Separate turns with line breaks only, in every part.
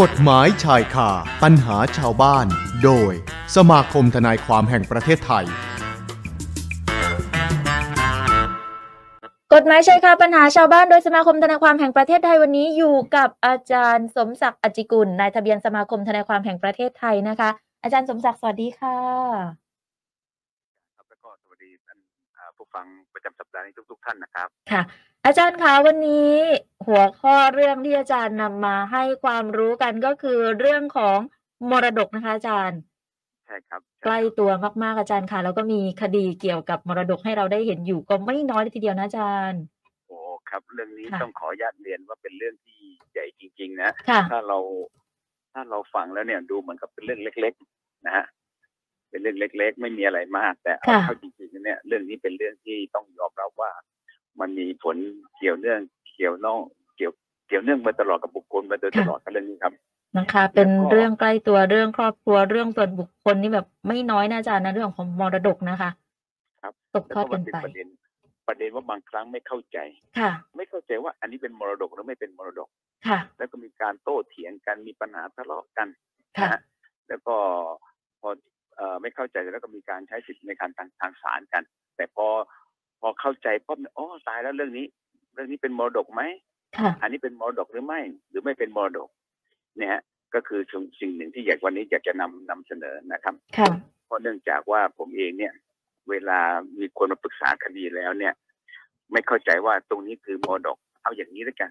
กฎหมายชายคาปัญหาชาวบ้าน โดย สมาคมทนายความแห่งประเทศไทย
กฎหมายชายคาปัญหาชาวบ้านโดยสมาคมทนายความแห่งประเทศไทยวันนี้อยู่กับอาจารย์สมศักดิ์อจจิกุลนายทะเบียนสมาคมทนายความแห่งประเทศไทยนะคะ อาจารย์สมศักดิ์สวัสดีค่ะ
ครับแล้วก็สวัสดีท่านอ่าผู้ฟังประจำสัปดาห์นี้ทุก ๆ ท่านนะครับ
ค่ะ อาจารย์คะวันนี้ หัวข้อเรื่องที่อาจารย์นำมาให้ความรู้กันก็คือเรื่องของมรดกนะคะ อาจารย์
ใช่ครับ
ใกล้ตัวมากๆอาจารย์ค่ะ แล้วก็มีคดีเกี่ยวกับมรดกให้เราได้เห็นอยู่ก็ไม่น้อยเลยทีเดียวนะอาจารย์
โอ้ครับ เรื่องนี้
ค่ะ
ต้องขออนุญาตเรียนว่าเป็นเรื่องที่ใหญ่จริง ๆ นะ
ค่ะ
ถ้าเราถ้าเราฟังแล้วเนี่ยดูเหมือนกับเป็นเรื่องเล็ก ๆ นะฮะเป็นเรื่องเล็ก ๆ ไม่มีอะไรมาก แต่เอา
ค่ะ
เข้าจริงๆแล้วเนี่ย เรื่องนี้เป็นเรื่องที่ต้องยอมรับว่า มันมีผลเกี่ยวเนื่องเกี่ยวเนองเกี่ยวเกี่ยวเนื่องมาตลอดกับบุคคลมาโดยตลอดครับเรื่องนี้ครับ
นะคะเป็น
แล้วก็
เรื่องใกล้ตัวเรื่องครอบครัวเรื่องส่วนบุคคลนี่แบบไม่น้อยนะอาจารย์นะเรื่องของมรดกนะคะ
ครับ
ตก
แล้
ท
ว
อด
ก็
กั
มั
น นไป
เป็นประเด็น ประเด็นว่าบางครั้งไม่เข้าใจ
ค่ะ
ไม่เข้าใจว่าอันนี้เป็นมรดกหรือไม่เป็นมรดก
ค่ะ
แล้วก็มีการโต้เถียงกันมีปัญหาทะเลาะกัน
ค่ะ
นะฮะแล้วก็พอเอ่อไม่เข้าใจแล้วก็มีการใช้สิทธิ์ในการทางทางศาลกัน แต่พอพอเข้าใจปุ๊บเนี่ยอ๋อตายแล้วเรื่องนี้ เรื่องนี้เป็นมรดกไหม
ค่ะ
อันนี้เป็นมรดกหรือไม่ หรือไม่เป็นมรดก เนี่ยฮะก็คือสิ่งสิ่งหนึ่งที่อยากวันนี้อยากจะนำนำเสนอนะครับ
ค่ะ
เพราะเนื่องจากว่าผมเองเนี่ย เวลามีคนมาปรึกษาคดีแล้วเนี่ย ไม่เข้าใจว่าตรงนี้คือมรดก เอาอย่างนี้แล้วกัน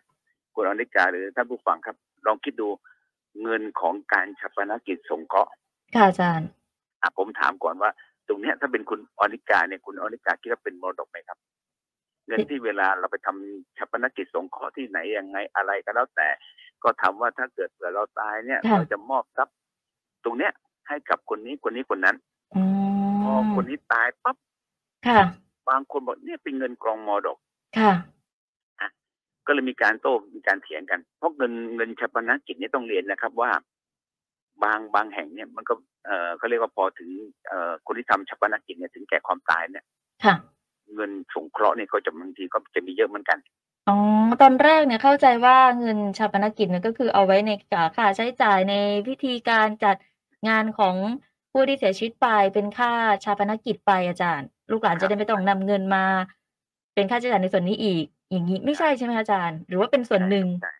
คุณอนิกาหรือท่านผู้ฟังครับ ลองคิดดูเงินของการชาปนกิจสงเคราะห์
ค่ะอาจารย์
อ่ะผมถามก่อนว่า ตรงเนี้ยถ้าเป็นคุณอนิกาเนี่ยคุณอนิกาคิดว่าเป็นมรดกไหมครับ เงินที่เวลาเราไปทำชาปนกิจสงเคราะห์ที่ไหนยังไงอะไรก็แล้วแต่ ก็ถามว่าถ้าเกิดเผื่อเราตายเนี่ย
ค่ะ
เราจะมอบทรัพย์ตรงเนี้ยให้กับคนนี้คนนี้คนนั้น
อื
พอ
ม
คนนี้ตายปั๊บ
ค่ะ
บางคนบอกเนี่ยเป็นเงินกองมอดก
ค่ะ
ก็เลยมีการโต้มีการเถียงกัน เพราะเงินเงินชาปนกิจเนี่ยต้องเรียนนะครับว่า บางบางแห่งเนี่ยมันก็เออเขาเรียกว่าพอถึงเอ่อคนที่ทำชาปนกิจเนี่ยถึงแก่ความตายเนี่ย
ค่ะ
เงินสงเคราะห์เนี่ยก็จะบางทีก็จะมีเยอะเหมือนกัน
อ๋อ ตอนแรกเนี่ยเข้าใจว่าเงินชาปนกิจเนี่ยก็คือเอาไว้ในค่าใช้จ่ายในพิธีการจัดงานของผู้ที่เสียชีวิตไปเป็นค่าชาปนกิจไปอาจารย์ ลูกหลานจะได้ไม่ต้องนำเงินมา เป็นค่าใช้จ่ายในส่วนนี้อีก อย่างนี้ไม่ใช่ใช่ไหมคะอาจารย์ หรือว่าเป็นส่วนหนึ่ง
ใช่ครับใช่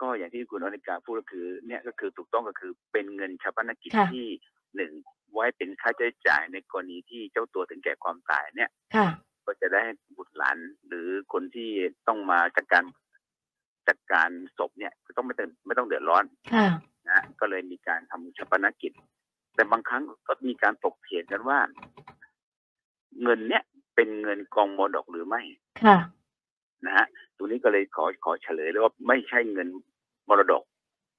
ก็อย่างที่คุณอนิกาพูดก็คือ เนี่ยก็คือถูกต้องก็คือเป็นเงินชาปนกิจที่หนึ่งไว้เป็นค่าใช้จ่ายในกรณีที่เจ้าตัวถึงแก่ความตายเนี่ย
ค่ะ
ก็จะได้บุตรหลานหรือคนที่ต้องมาจัดการจัดการศพเนี่ยก็ต้องไม่ต้องไม่ต้องเดือดร้อน
ค่ะ
นะ ก็เลยมีการทำชาปนกิจ แต่บางครั้งก็มีการตกเถียงกันว่า เงินเนี่ยเป็นเงินกองมรดกหรือไม่
ค่ะ
นะฮะตรงนี้ก็เลยขอขอเฉลยเลยว่าไม่ใช่เงินมรดก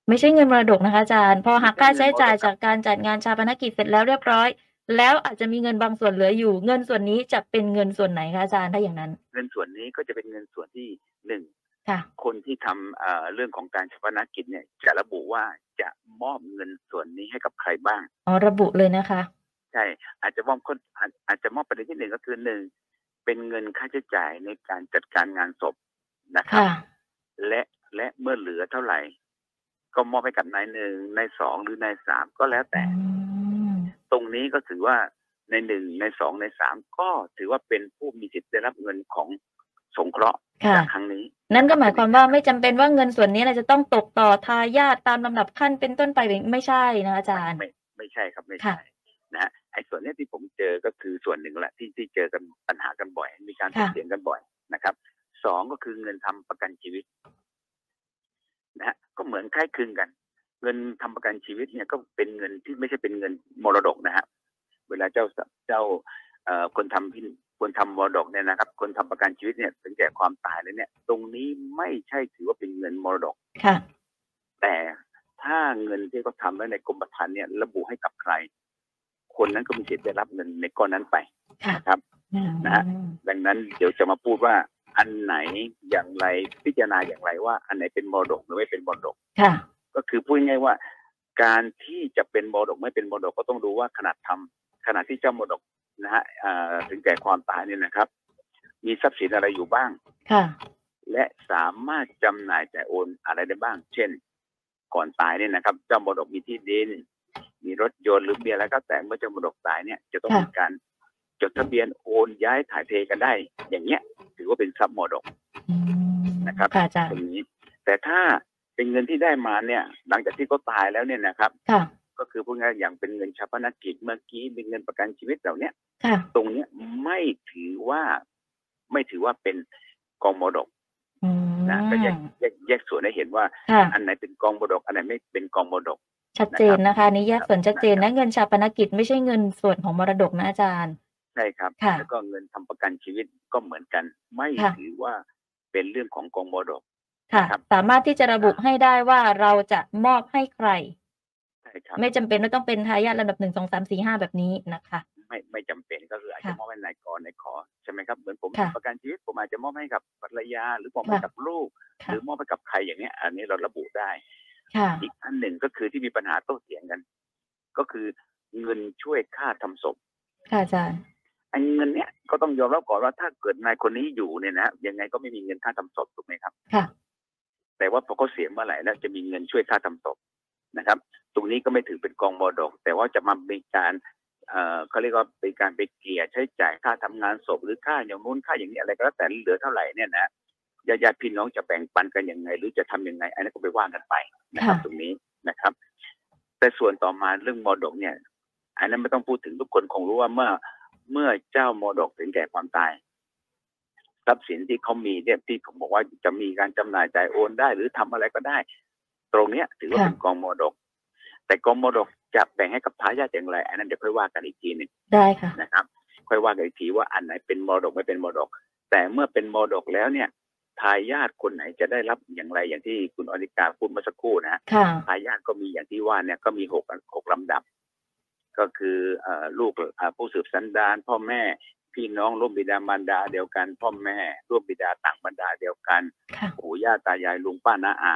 ไม่ใช่เงินมรดกนะคะอาจารย์ พอหักค่าใช้จ่าย
ไม่ใช่เงินมรด
จาก
ก
การจัดงานชาปนกิจเสร็จแล้วเรียบร้อย แล้วอาจจะมีเงินบางส่วนเหลืออยู่ เงินส่วนนี้จะเป็นเงินส่วนไหนคะอาจารย์ถ้าอย่างนั้น
เงินส่วนนี้ก็จะเป็นเงินส่วนที่หนึ่ง
ค่ะ
คนที่ทำเอ่อเรื่องของการชาปนกิจเนี่ย จะระบุว่าจะมอบเงินส่วนนี้ให้กับใครบ้าง
อ๋อ ระบุเลยนะคะ
ใช่อาจจะมอบคนอาจอาจจะมอบประเด็นที่หนึ่งก็คือหนึ่งเป็นเงินค่าใช้จ่ายในการจัดการงานศพนะครับ
ค่ะ
และและเมื่อเหลือเท่าไหร่ ก็มอบให้กับนายหนึ่งนายสองหรือนายสามก็แล้วแต่
อืม
ตรงนี้ก็ถือว่าในหนึ่งในสองในสามก็ถือว่าเป็นผู้มีสิทธิ์ได้รับเงินของสงเคราะห์
ค่ะ
จากครั้งนี้
นั่นก็หมายความว่าไม่จำเป็นว่าเงินส่วนนี้เราจะต้องตกต่อทายาทตามลำดับขั้นเป็นต้นไปไม่ใช่นะอาจารย์
ไม่ไม่ใช่ครับไม่ใช่นะฮะไอ้ส่วนเนี้ยที่ผมเจอก็คือส่วนหนึ่งแหละที่ที่เจอกันปัญหากันบ่อย มีการถก
ค่ะ
เถียงกันบ่อยนะครับสองก็คือเงินทำประกันชีวิตนะฮะก็เหมือนคล้ายคลึงกัน เงินทำประกันชีวิตเนี่ยก็เป็นเงินที่ไม่ใช่เป็นเงินมรดกนะฮะเวลาเจ้าเจ้าเอ่อคนทำพินคนทำมรดกเนี่ยนะครับ คนทำประกันชีวิตเนี่ยถึงแก่ความตายแล้วเนี่ย ตรงนี้ไม่ใช่ถือว่าเป็นเงินมรดก
ค่ะ
แต่ถ้าเงินที่เขาทำไว้ในกรมธรรม์เนี่ย ระบุให้กับใคร คนนั้นก็มีสิทธิ์ได้รับเงินในก้อนนั้นไป
ค่ะ
นะครับ นะฮะ ดังนั้นเดี๋ยวจะมาพูดว่าอันไหนอย่างไรพิจารณาอย่างไรว่า อันไหนเป็นมรดกหรือไม่เป็นมรดก
ค่ะ
ก็คือพูดง่ายๆว่า การที่จะเป็นมรดกไม่เป็นมรดกก็ต้องดูว่าขนาดทำขนาดที่เจ้ามรดกนะฮะอ่าถึงแก่ความตายเนี่ยนะครับ มีทรัพย์สินอะไรอยู่บ้าง
ค่ะ
และสามารถจำหน่ายจ่ายโอนอะไรได้บ้าง เช่น ก่อนตายเนี่ยนะครับ เจ้ามรดกมีที่ดิน มีรถยนต์หรือมีอะไรก็แต่เมื่อเจ้ามรดกตายเนี่ยจะต้องมีการจดทะเบียนโอนย้ายถ่ายเทกันได้ อย่างเงี้ย ถือว่าเป็นทรัพย์มรดก
อืม
นะครับ
ค่ะอาจาร
ตร
ย์
งนี้ แต่ถ้าเป็นเงินที่ได้มาเนี่ย หลังจากที่เขาตายแล้วเนี่ยนะครับ
ค่ะ
ก็คือพูดง่ายๆอย่างเป็นเงินชาปนกิจเมื่อกี้เป็นเงินประกันชีวิตเหล่าเนี้ย
ค่ะ
ตรงเนี้ยไม่ถือว่าไม่ถือว่าเป็นกองมรดก
อืม
นะก็แยกแยกแยกส่วนให้เห็นว่า
ค่ะ
อันไหนเป็นกองมรดก อันไหนไม่เป็นกองมรดก
ชัดเจนนะคะอันนี้แยกส่วนชัดเจนนะเงินชาปนกิจไม่ใช่เงินส่วนของมรดกนะอาจารย์
ใช่ครับ
ค่ะ
แล้วก็เงินทำประกันชีวิตก็เหมือนกัน ไม่
ค่ะ
ถือว่าเป็นเรื่องของกองมรดก
ค่ะ
ครับ
สามารถที่จะระบุให้ได้ว่าเราจะมอบให้ใคร
ใช่ครับ
ไม่จำเป็นว่าต้องเป็นทายาทลำดับหนึ่งสองสามสี่ห้าแบบนี้นะคะ
ไม่ไม่จำเป็นก็คืออาจจะ
ค่ะ
มอบให้นายกรนายขอใช่ไหมครับเหมือนผม
ค่ะ
ประกันชีวิตผมอาจจะมอบให้กับภรรยา หรือมอบให้
ค่ะ
กับลูก ห
ค่ะ
รือมอบให้กับใครอย่างเนี้ย อันนี้เราระบุได้
ค่ะ
อีกอันหนึ่งก็คือที่มีปัญหาโต้เถียงกัน ก็คือเงินช่วยค่าทำศพ
ค่ะอาจารย์
ไอ้เงินเนี้ยก็ต้องยอมรับก่อนว่าถ้าเกิดนายคนนี้อยู่เนี่ยนะยังไงก็ไม่มีเงินค่าทำศพถูกไหมครับ
ค่ะ
แต่ว่าพอเขาเสียเมื่อไหร่แล้วจะมีเงินช่วยค่าทำศพนะครับ ตรงนี้ก็ไม่ถือเป็นกองมรดก แต่ว่าจะมาเป็นการเอ่อเขาเรียกว่าเป็นการไปเกลี่ยใช้จ่ายค่าทำงานศพหรือค่าอย่างนู้นค่าอย่างนี้อะไรก็แล้วแต่เหลือเท่าไหร่เนี่ยนะญาติๆพี่น้องจะแบ่งปันกันยังไง หรือจะทำยังไง อันนี้นก็ไปว่ากันไปนะครับ
ค่ะ
ตรงนี้นะครับ แต่ส่วนต่อมาเรื่องมรดกเนี่ย อันนั้นไม่ต้องพูดถึงทุกคนคงรู้ว่าเมื่อเมื่อเจ้ามรดกถึงแก่ความตาย ทรัพย์สินที่เขามีเนี่ยที่ผมบอกว่าจะมีการจำหน่ายจ่ายโอนได้ หรือทำอะไรก็ได้ ตรงเนี้ย ถือว่า
ค่ะ
เป็นกองมรดก แต่กองมรดกจะแบ่งให้กับทายาทอย่างไรอันนั้นเดี๋ยวค่อยว่ากันอีกทีหนึ่ง
ได้ค่ะ
นะครับ ค่อยว่ากันอีกทีว่าอันไหนเป็นมรดกไม่เป็นมรดก แต่เมื่อเป็นมรดกแล้วเนี่ยทายาทคนไหนจะได้รับอย่างไรอย่างที่คุณอนิกาพูดเมื่อสักครู่นะฮะ
ค่ะ
ทายาทก็มีอย่างที่ว่าเนี่ยก็มีหกหกลำดับ ก็คือเอ่อลูกเอ่อผู้สืบสันดานพ่อแม่ พี่น้องร่วมบิดามารดาเดียวกัน พ่อแม่ร่วมบิดาต่างบรรดาเดียวกัน
ค่ะ
ปู่ย่าตายายลุงป้าน้าอา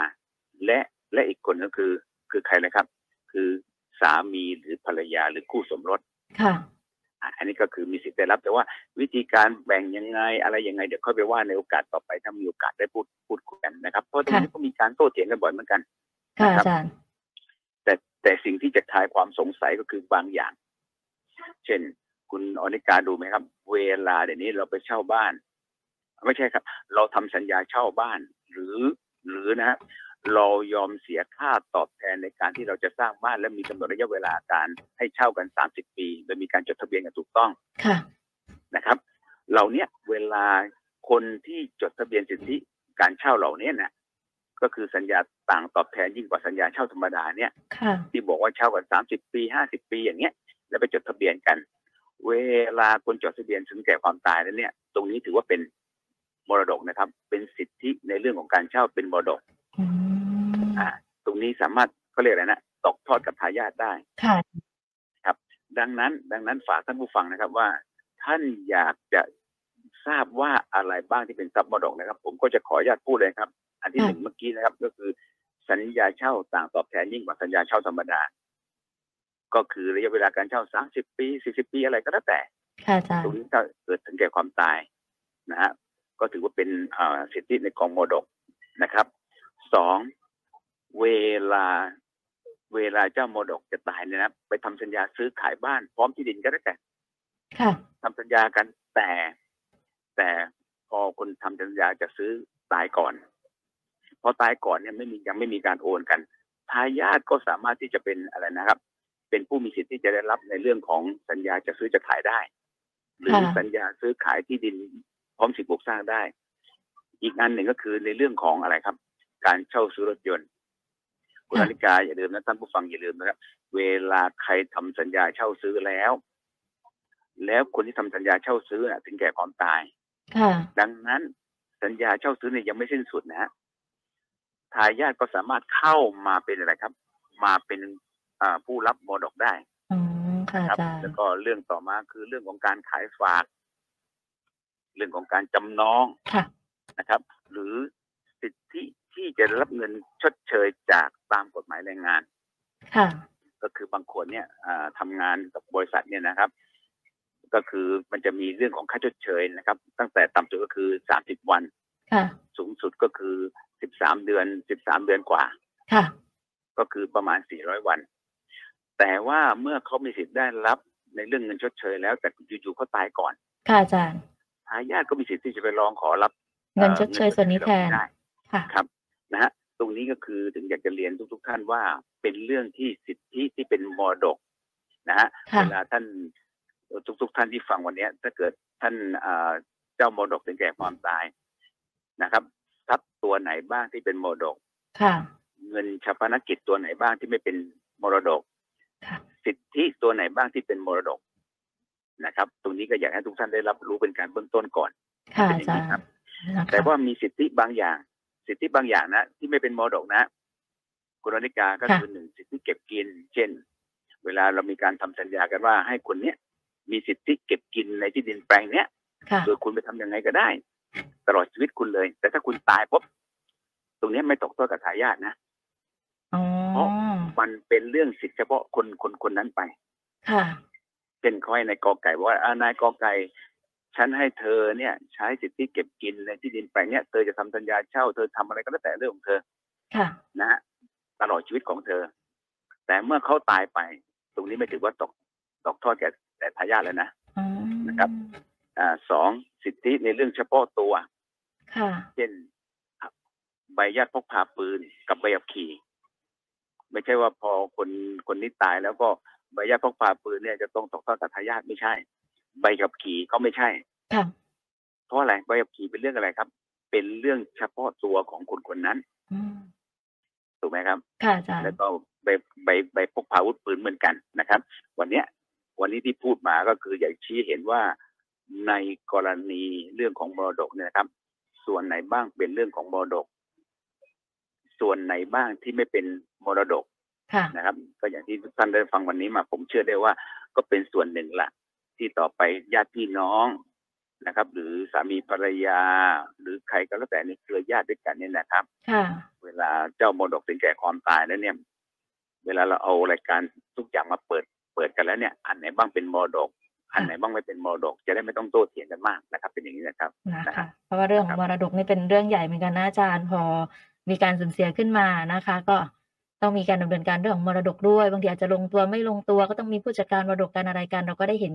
และและอีกคนก็คือ คือใครนะครับ คือสามีหรือภรรยาหรือคู่สมรส
ค่ะ
อ่ะอันนี้ก็คือมีสิทธิ์ได้รับ แต่ว่าวิธีการแบ่งยังไงอะไรยังไงเดี๋ยวค่อยไปว่าในโอกาสต่อไปถ้ามีโอกาสได้พูดพูดคุยกันนะครับเพราะตรงนี้ก็มีการโต้เถียงกันบ่อยเหมือนกัน
ค่ะ
นะครับ
อาจารย์
แต่แต่สิ่งที่จะคลายความสงสัยก็คือบางอย่าง เช่น คุณอนิกาดูไหมครับ เวลาเดี๋ยวนี้เราไปเช่าบ้าน ไม่ใช่ครับ เราทำสัญญาเช่าบ้าน หรือหรือนะฮะเรายอมเสียค่าตอบแทนในการที่เราจะสร้างบ้าน และมีกำหนดระยะเวลาการให้เช่ากัน 30 ปีโดยมีการจดทะเบียนกันถูกต้อง
ค่ะ
นะครับ เหล่าเนี้ยเวลาคนที่จดทะเบียนสิทธิการเช่าเหล่าเนี้ยนะก็คือสัญญาต่างตอบแทนยิ่งกว่าสัญญาเช่าธรรมดาเนี่ย
ค่ะ
ที่บอกว่าเช่ากันสามสิบปีห้าสิบปีอย่างเงี้ย แล้วไปจดทะเบียนกัน เวลาคนจดทะเบียนถึงแก่ความตายแล้วเนี่ย ตรงนี้ถือว่าเป็นมรดกนะครับ เป็นสิทธิในเรื่องของการเช่าเป็นมรดก
อืม
อ่า ตรงนี้สามารถเขาเรียกอะไรนะตกทอดกับทายาทได้
ค่ะ
ดังนั้น ดังนั้นฝากท่านผู้ฟังนะครับว่า ท่านอยากจะทราบว่าอะไรบ้างที่เป็นทรัพย์มรดกนะครับ ผมก็จะขออนุญาตพูดเลยครับ อันที่
ค่ะ
หนึ่งเมื่อกี้นะครับ ก็คือ สัญญาเช่าต่างตอบแทนยิ่งกว่าสัญญาเช่าธรรมดา ก็คือระยะเวลาการเช่าสามสิบปีสี่สิบปีอะไรก็แล้วแต่
ค่ะอาจาร
ตรง
ย์
นี้ก็เกิดถึงแก่ความตายนะฮะก็ถือว่าเป็นอ่าสิทธิในกองมรดกนะครับสองเวลาเวลาเจ้ามรดกจะตายเนี่ยนะไปทำสัญญาซื้อขายบ้านพร้อมที่ดินก็ได้วแต่
ค่ะ
ทำสัญญากันแต่ แต่พอคนทำสัญญาจะซื้อตายก่อนพอตายก่อนเนี่ยไม่มียังไม่มีการโอนกันทายาทก็สามารถที่จะเป็นอะไรนะครับ เป็นผู้มีสิทธิ์ที่จะได้รับในเรื่องของสัญญาจะซื้อจะขายได้ หรือ
ค่ะ
สัญญาซื้อขายที่ดินพร้อมสิทธิ์ปลูกสร้างได้ อีกอันหนึ่งก็คือในเรื่องของอะไรครับ การเช่าซื้อรถยนต์คุณนาฬิกาอย่าลืมนะท่านผู้ฟังอย่าลืมนะครับ เวลาใครทำสัญญาเช่าซื้อแล้ว แล้วคนที่ทำสัญญาเช่าซื้อน่ะถึงแก่ความตาย
ค่ะ
ดังนั้นสัญญาเช่าซื้อเนี่ยยังไม่สิ้นสุดนะฮะทายาทก็สามารถเข้ามาเป็นอะไรครับ มาเป็นอ่าผู้รับมรดกได้
อืมค่ะ
ครับ
อาจารย์
แล้วก็เรื่องต่อมาคือเรื่องของการขายฝาก เรื่องของการจำนอง
ค่ะ
นะครับ หรือสิทธิที่จะได้รับเงินชดเชยจากตามกฎหมายแรงงาน
ค่ะ
ก็คือบางคนเนี่ยอ่าทำงานกับบริษัทเนี่ยนะครับ ก็คือมันจะมีเรื่องของค่าชดเชยนะครับ ตั้งแต่ต่ำสุดก็คือสามสิบวัน
ค่ะ
สูงสุดก็คือ 13 เดือน 13 เดือนกว่า
ค่ะ
ก็คือประมาณ 400 วัน แต่ว่าเมื่อเขามีสิทธิ์ได้รับในเรื่องเงินชดเชยแล้วแต่อยู่ๆเขาตายก่อน
ค่ะอาจารย์
ทายาทก็มีสิทธิ์ที่จะไปร้องขอรับ
เงิน
อ่อ
ชดเชยส่วนนี้แทน
เงิชดเชยเหล่าได้
ค่ะ
ครับนะฮะตรงนี้ก็คือถึงอยากจะเรียนทุก ๆ ท่านว่าเป็นเรื่องที่สิทธิที่เป็นมรดกนะฮะ
ค่ะ
เวลาท่านทุก ๆ ท่านที่ฟังวันเนี้ย ถ้าเกิดท่านอ่าเจ้ามรดกถึงแก่ความตายนะครับทรัพย์ตัวไหนบ้างที่เป็นมรดก
ค่ะ
เงินชาปนกิจตัวไหนบ้างที่ไม่เป็นมรดก
ค่ะ
สิทธิตัวไหนบ้างที่เป็นมรดกนะครับ ตรงนี้ก็อยากให้ทุกท่านได้รับรู้เป็นการเบื้องต้นก่อน
ค่ะ
เป็น
อา
อย่า
จาร
งนี้
ย์
ครับ
นะคะ
แต่ว่ามีสิทธิบางอย่าง สิทธิบางอย่างนะ ที่ไม่เป็นมรดกนะคุณอนิกาก็คือหนึ่งสิทธิเก็บกิน เช่น เวลาเรามีการทำสัญญากันว่าให้คนเนี้ยมีสิทธิเก็บกินในที่ดินแปลงเนี้ย
ค่ะ
โดยคุณไปทำยังไงก็ได้ ตลอดชีวิตคุณเลย แต่ถ้าคุณตายปุ๊บตรงเนี้ยไม่ตกทอดกับทายาทนะ
อ๋อ
มันเป็นเรื่องสิทธิเฉพาะคนคนคนนั้นไป
ค่ะ
เป็นข้อให้นายกอไก่บอกว่าอ่านายกอไก่ฉันให้เธอเนี่ย ใช้สิทธิเก็บกินในที่ดินแปลงเนี้ยเธอจะทำสัญญาเช่าเธอทำอะไรก็แล้วแต่เรื่องของเธอ
ค่ะ
นะฮะตลอดชีวิตของเธอ แต่เมื่อเขาตายไป ตรงนี้ไม่ถือว่าตกตกทอดแก่แต่ทายาทแล้วนะ
อ๋อ
นะครับ อ่าสองสิทธิในเรื่องเฉพาะตัว
ค่ะ
เช่นใบอนุญาตพกพาปืนกับใบขับขี่ ไม่ใช่ว่าพอคนคนนี้ตายแล้วก็ใบอนุญาตพกพาปืนเนี่ยจะต้องตกทอดกับทายาทไม่ใช่ ใบขับขี่ก็ไม่ใช่
ค่ะ
เพราะอะไรใบขับขี่เป็นเรื่องอะไรครับ เป็นเรื่องเฉพาะตัวของคนคนนั้น
อืม
ถูกไหมครับ
ค่ะอาจารย์
แล้วก็ใบใบใบพกพาอาวุธปืนเหมือนกันนะครับ วันเนี้ย วันนี้ที่พูดมาก็คืออยากชี้เห็นว่าในกรณีเรื่องของมรดกเนี่ยนะครับ ส่วนไหนบ้างเป็นเรื่องของมรดก ส่วนไหนบ้างที่ไม่เป็นมรดก
ค่ะ
นะครับ ก็อย่างที่ทุกท่านได้ฟังวันนี้มา ผมเชื่อได้ว่าก็เป็นส่วนหนึ่งละที่ต่อไปญาติพี่น้องนะครับ หรือสามีภรรยา หรือใครก็แล้วแต่ในเครือญาติด้วยกันเนี่ยนะครับ
ค่ะ
เวลาเจ้ามรดกถึงแก่ความตายแล้วเนี่ย เวลาเราเอารายการทุกอย่างมาเปิดเปิดกันแล้วเนี่ย อันไหนบ้างเป็นมรดก อันไหนบ้างไม่เป็นมรดก จะได้ไม่ต้องโต้เถียงกันมากนะครับ เป็นอย่างนี้นะครับ
นะคะ เพราะว่าเรื่องของมรดกนี่เป็นเรื่องใหญ่เหมือนกันนะอาจารย์ พอมีการสูญเสียขึ้นมานะคะ ก็ต้องมีการดำเนินการเรื่องของมรดกด้วย บางทีอาจจะลงตัวไม่ลงตัวก็ต้องมีผู้จัดการมรดกการอะไรกัน เราก็ได้เห็น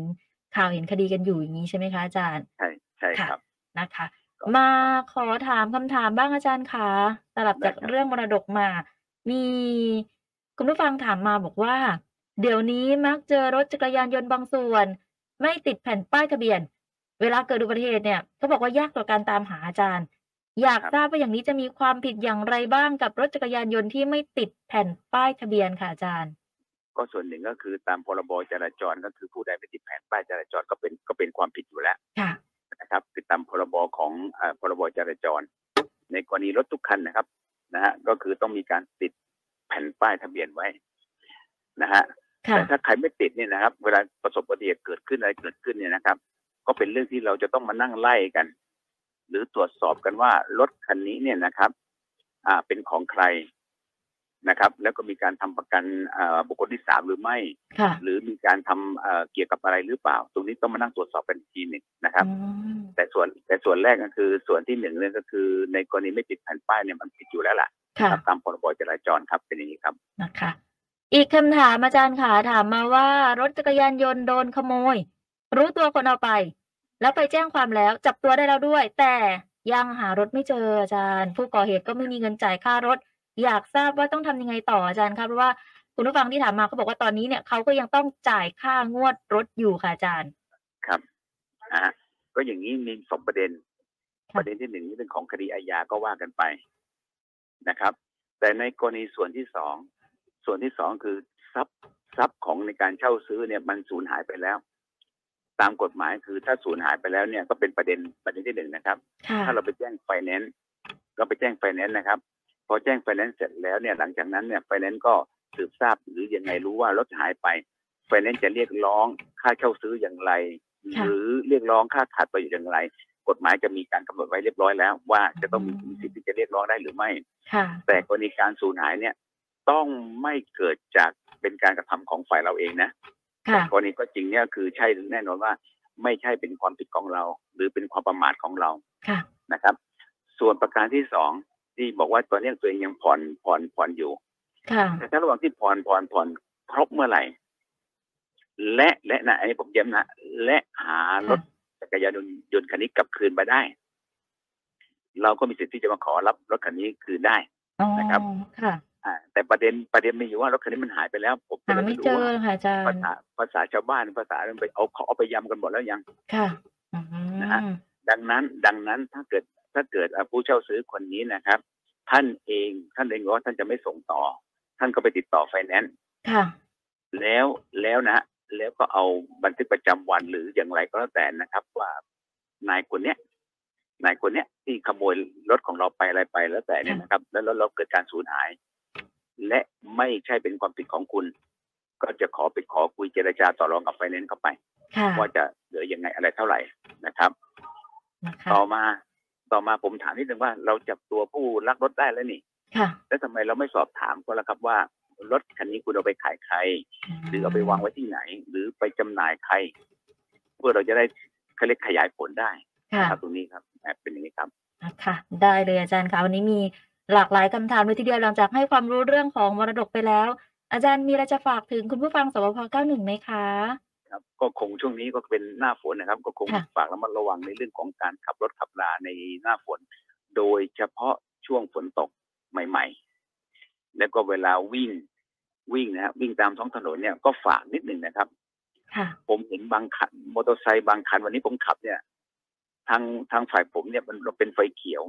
ข่าวเห็นคดีกันอยู่อย่างนี้ใช่ไหมคะอาจารย์
ใช่ใช่ครับ
นะคะ มาขอถามคำถามบ้างอาจารย์คะสลับจาก
ได้ครับ
เรื่องมรดกมา มีคุณผู้ฟังถามมาบอกว่า เดี๋ยวนี้มักเจอรถจักรยานยนต์บางส่วน ไม่ติดแผ่นป้ายทะเบียน เวลาเกิดอุบัติเหตุเนี่ยเขาบอกว่ายากต่อการตามหาอาจารย์ อยากทราบว่าอย่างนี้จะมีความผิดอย่างไรบ้างกับรถจักรยานยนต์ที่ไม่ติดแผ่นป้ายทะเบียนค่ะอาจารย์
ก็ส่วนหนึ่งก็คือตามพรบจราจรก็คือผู้ใดไม่ติดแผนป้ายจราจรก็เป็นก็เป็นความผิดอยู่แล้ว
ค่ะ
นะครับคือตามพรบของเอ่อพรบจราจร ในกรณีรถทุกคันนะครับนะฮะก็คือต้องมีการติดแผ่นป้ายทะเบียนไว้นะฮะ
ค่ะ
แต่ถ้าใครไม่ติดเนี่ยนะครับ เวลาประสบอุบัติเหตุเกิดขึ้นอะไรเกิดขึ้นเนี่ยนะครับ ก็เป็นเรื่องที่เราจะต้องมานั่งไล่กัน หรือตรวจสอบกันว่ารถคันนี้เนี่ยนะครับ อ่าเป็นของใครนะครับ แล้วก็มีการทำประกันอ่าบุคคลที่สามหรือไม่
ค่ะ
หรือมีการทำอ่าเกี่ยวกับอะไรหรือเปล่า ตรงนี้ต้องมานั่งตรวจสอบกันอีกทีหนึ่งนะครับ
อืม
แต่ส่วนแต่ส่วนแรกก็คือส่วนที่หนึ่งเนี่ยก็คือ ในกรณีไม่ติดแผ่นป้ายเนี่ยมันผิดอยู่แล้วล่ะ
ค่ะ
ครับตามพรบจราจรครับเป็นอย่างนี้ครับ
นะคะ อีกคำถามอาจารย์ค่ะถามมาว่ารถจักรยานยนต์โดนขโมย รู้ตัวคนเอาไป แล้วไปแจ้งความแล้ว จับตัวได้แล้วด้วย แต่ยังหารถไม่เจออาจารย์ ผู้ก่อเหตุก็ไม่มีเงินจ่ายค่ารถ อยากทราบว่าต้องทำยังไงต่ออาจารย์ครับเพราะว่าคุณผู้ฟังที่ถามมาเขาบอกว่าตอนนี้เนี่ยเขาก็ยังต้องจ่ายค่างวดรถอยู่ค่ะอาจารย์
ครับนะฮะก็อย่างนี้มีสองประเด็น
ค่ะ
ประเด็นที่หนึ่งนี่เป็นของคดีอาญาก็ว่ากันไปนะครับ แต่ในกรณีส่วนที่สองส่วนที่สองคือทรัพย์ทรัพย์ของในการเช่าซื้อเนี่ยมันสูญหายไปแล้ว ตามกฎหมายคือถ้าสูญหายไปแล้วเนี่ยก็เป็นประเด็นประเด็นที่หนึ่งนะครับ
ค่ะ
ถ้าเราไปแจ้งไฟแนนซ์เราไปแจ้งไฟแนนซ์นะครับ พอแจ้งไฟแนนซ์เสร็จแล้วเนี่ยหลังจากนั้นเนี่ยไฟแนนซ์ก็สืบทราบหรือยังไงรู้ว่ารถหายไปไฟแนนซ์จะเรียกร้องค่าเช่าซื้ออย่างไร หรือเรียกร้องค่าขาดประโยชน์อย่างไร กฎหมายจะมีการกำหนดไว้เรียบร้อยแล้ว ว่าจะต้องมีสิทธิ์ที่จะเรียกร้องได้หรือไม่
ค่ะ
แต่กรณีการสูญหายเนี่ย ต้องไม่เกิดจากเป็นการกระทำของฝ่ายเราเองนะ
ค่ะ
กรณีก็จริงเนี่ยคือใช่แน่นอนว่า ไม่ใช่เป็นความผิดของเรา หรือเป็นความประมาทของเรา
ค่ะ
นะครับ ส่วนประการที่สองที่บอกว่าตอนนี้ตัวเองยังผ่อนผ่อนผ่อนอยู่
ค่ะ
แต่ถ้าระหว่างที่ผ่อนผ่อนผ่อนครบเมื่อไหร่ และและนะอันนี้ผมย้ำนะและหารถจักรยานยนต์ยนต์คันนี้กลับคืนมาได้ เราก็มีสิทธิ์ที่จะมาขอรับรถคันนี้คืนได้
อ๋อ
นะครับ
ค่ะ
อ่า แต่ประเด็นประเด็นมีอยู่ว่ารถคันนี้มันหายไปแล้ว ผมก็
หา
เลย
ไม่
ไม่รู้
เจอ
ว่า
ค่ะอาจาร
ภา
ย์
ษาภาษาชาวบ้านภาษามันไปเอาเขาเอาไปยำกันหมดแล้วยัง
ค่ะอื
นะฮะ
ม
ดังนั้น ดังนั้นถ้าเกิดถ้าเกิดอ่ะผู้เช่าซื้อคนนี้นะครับ ท่านเองท่านเองบอกว่าท่านจะไม่ส่งต่อ ท่านก็ไปติดต่อไฟแนนซ์
ค่ะ
แล้วแล้วนะ แล้วก็เอาบันทึกประจำวันหรืออย่างไรก็แล้วแต่นะครับ ว่านายคนเนี้ยนายคนเนี้ยที่ขโมยรถของเราไปอะไรไปแล้วแต่เนี่ยนะครับ แล้วแล้วเราเกิดการสูญหาย และไม่ใช่เป็นความผิดของคุณ ก็จะขอไปขอคุยเจรจาต่อรองกับไฟแนนซ์เข้าไป
ค่ะ
ว่าจะเหลือยังไงอะไรเท่าไหร่นะครับ
นะคะ
ต่อมาต่อมาผมถามนิดนึงว่าเราจับตัวผู้ลักรถได้แล้วนี่
ค่ะ
แล้วทำไมเราไม่สอบถามก็แล้วครับว่ารถคันนี้คุณเอาไปขายใคร หรือเอาไปวางไว้ที่ไหน หรือไปจำหน่ายใคร เพื่อเราจะได้เขาเรียกขยายผลได้
ค่ะ
นะครับตรงนี้ครับอ่ะเป็นอย่างนี้ครับ
ค่ะได้เลยอาจารย์ค่ะวันนี้มีหลากหลายคำถามเลยทีเดียวหลังจากให้ความรู้เรื่องของมรดกไปแล้ว อาจารย์มีอะไรจะฝากถึงคุณผู้ฟังสวพ91ไหมคะ
ครับก็คงช่วงนี้ก็เป็นหน้าฝนนะครับ ก็คง
ค่ะ
ฝากระมัดระวังในเรื่องของการขับรถขับราในหน้าฝน โดยเฉพาะช่วงฝนตกใหม่ ๆ แล้วก็เวลาวิ่งวิ่งนะฮะวิ่งตามท้องถนนเนี่ยก็ฝากนิดหนึ่งนะครับ
ค่ะ
ผมเห็นบางคันมอเตอร์ไซค์บางคันวันนี้ผมขับเนี่ย ทางทางฝ่ายผมเนี่ยมันเป็นไฟเขียว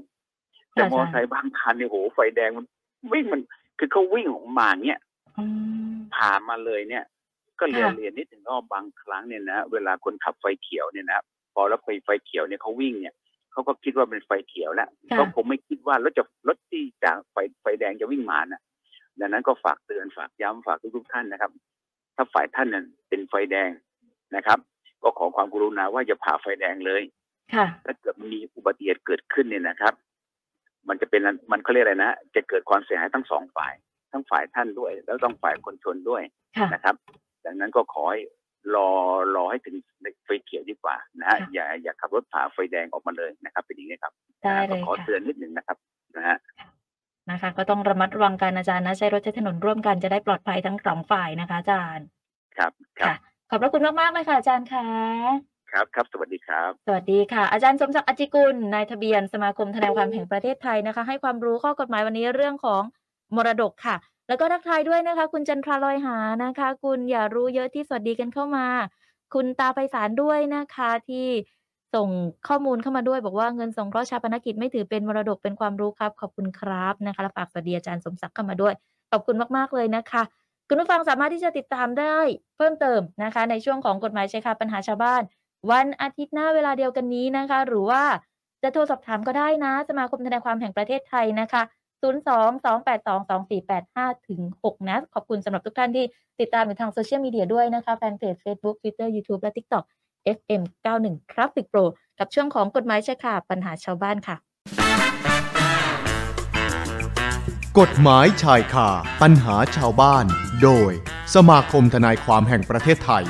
แต่
ค่ะ
มอเตอร์ไซค์บางคันเนี่ยโหไฟแดงมันวิ่งมันคือเขาวิ่งออกมาเนี่ย
อืม
ผ่านมาเลยเนี่ย ก็เรียน
ค่ะ
เรียนนิดหนึ่งว่าบางครั้งเนี่ยนะเวลาคนขับไฟเขียวเนี่ยนะพอแล้วไปไฟเขียวเนี่ยเขาวิ่งเนี่ยเขาก็คิดว่าเป็นไฟเขียวแล้ว
ค่ะ
ก็คงไม่คิดว่ารถจะรถที่จากไฟไฟแดงจะวิ่งมาน่ะ ดังนั้นก็ฝากเตือนฝากย้ำฝากทุกๆท่านนะครับ ถ้าฝ่ายท่านนั้นเป็นไฟแดงนะครับ ก็ขอความกรุณาว่าอย่าผ่าไฟแดงเลย
ค่ะ
ถ้าเกิดมีอุบัติเหตุเกิดขึ้นเนี่ยนะครับ มันจะเป็นอันมันเขาเรียกอะไรนะ จะเกิดความเสียหายทั้งสองฝ่าย ทั้งฝ่ายท่านด้วย แล้วต้องฝ่ายคนชนด้วย
ค่ะ
นะครับ ดังนั้นก็ขอให้รอรอให้ถึงไฟเขียวดีกว่านะฮะ
ค่ะ
อย่าอย่าขับรถผ่าไฟแดงออกมาเลยนะครับ เป็นอย่างนี้ครับ
ได้
นะฮะ
เล
ก็
ย
ขอ
ค่ะ
เตือนนิดหนึ่งนะครับนะฮะ
นะคะ ก็ต้องระมัดระวังกันอาจารย์นะใช้รถใช้ถนนร่วมกันจะได้ปลอดภัยทั้งสองฝ่ายนะคะอาจารย์
ครับครับ
ค่ะ ขอบพระคุณมากๆเลยค่ะอาจารย์ค่ะ
ครับครับสวัสดีครับ
สวัสดีค่ะ อาจารย์สมศักดิ์อจจิกุลนายทะเบียนสมาคมทนายความแห่งประเทศไทยนะคะ ให้ความรู้ข้อกฎหมายวันนี้เรื่องของมรดกค่ะ แล้วก็ทักทายด้วยนะคะ คุณจันทราลอยหานะคะ คุณอย่ารู้เยอะที่สวัสดีกันเข้ามา คุณตาไพศาลด้วยนะคะที่ส่งข้อมูลเข้ามาด้วย บอกว่าเงินสงเคราะห์ชาปนกิจไม่ถือเป็นมรดกเป็นความรู้ครับ ขอบคุณครับนะคะและฝากสวัสดีอาจารย์สมศักดิ์เข้ามาด้วย ขอบคุณมากๆเลยนะคะ คุณผู้ฟังสามารถที่จะติดตามได้เพิ่มเติมนะคะ ในช่วงของกฎหมายชายคาปัญหาชาวบ้าน วันอาทิตย์หน้าเวลาเดียวกันนี้นะคะ หรือว่าจะโทรสอบถามก็ได้นะ สมาคมทนายความแห่งประเทศไทยนะคะ 0 2 2 8 2 2 4 8 5ถึง6นะ ขอบคุณสำหรับทุกท่านที่ติดตามอยู่ทางโซเชียลมีเดียด้วยนะคะแฟนเพจ Facebook Twitter YouTube และ TikTok FM 91 Traffic Pro กับช่วงของกฎหมายชายคาปัญหาชาวบ้านค่ะ
กฎหมายชายคาปัญหาชาวบ้าน โดยสมาคมทนายความแห่งประเทศไทย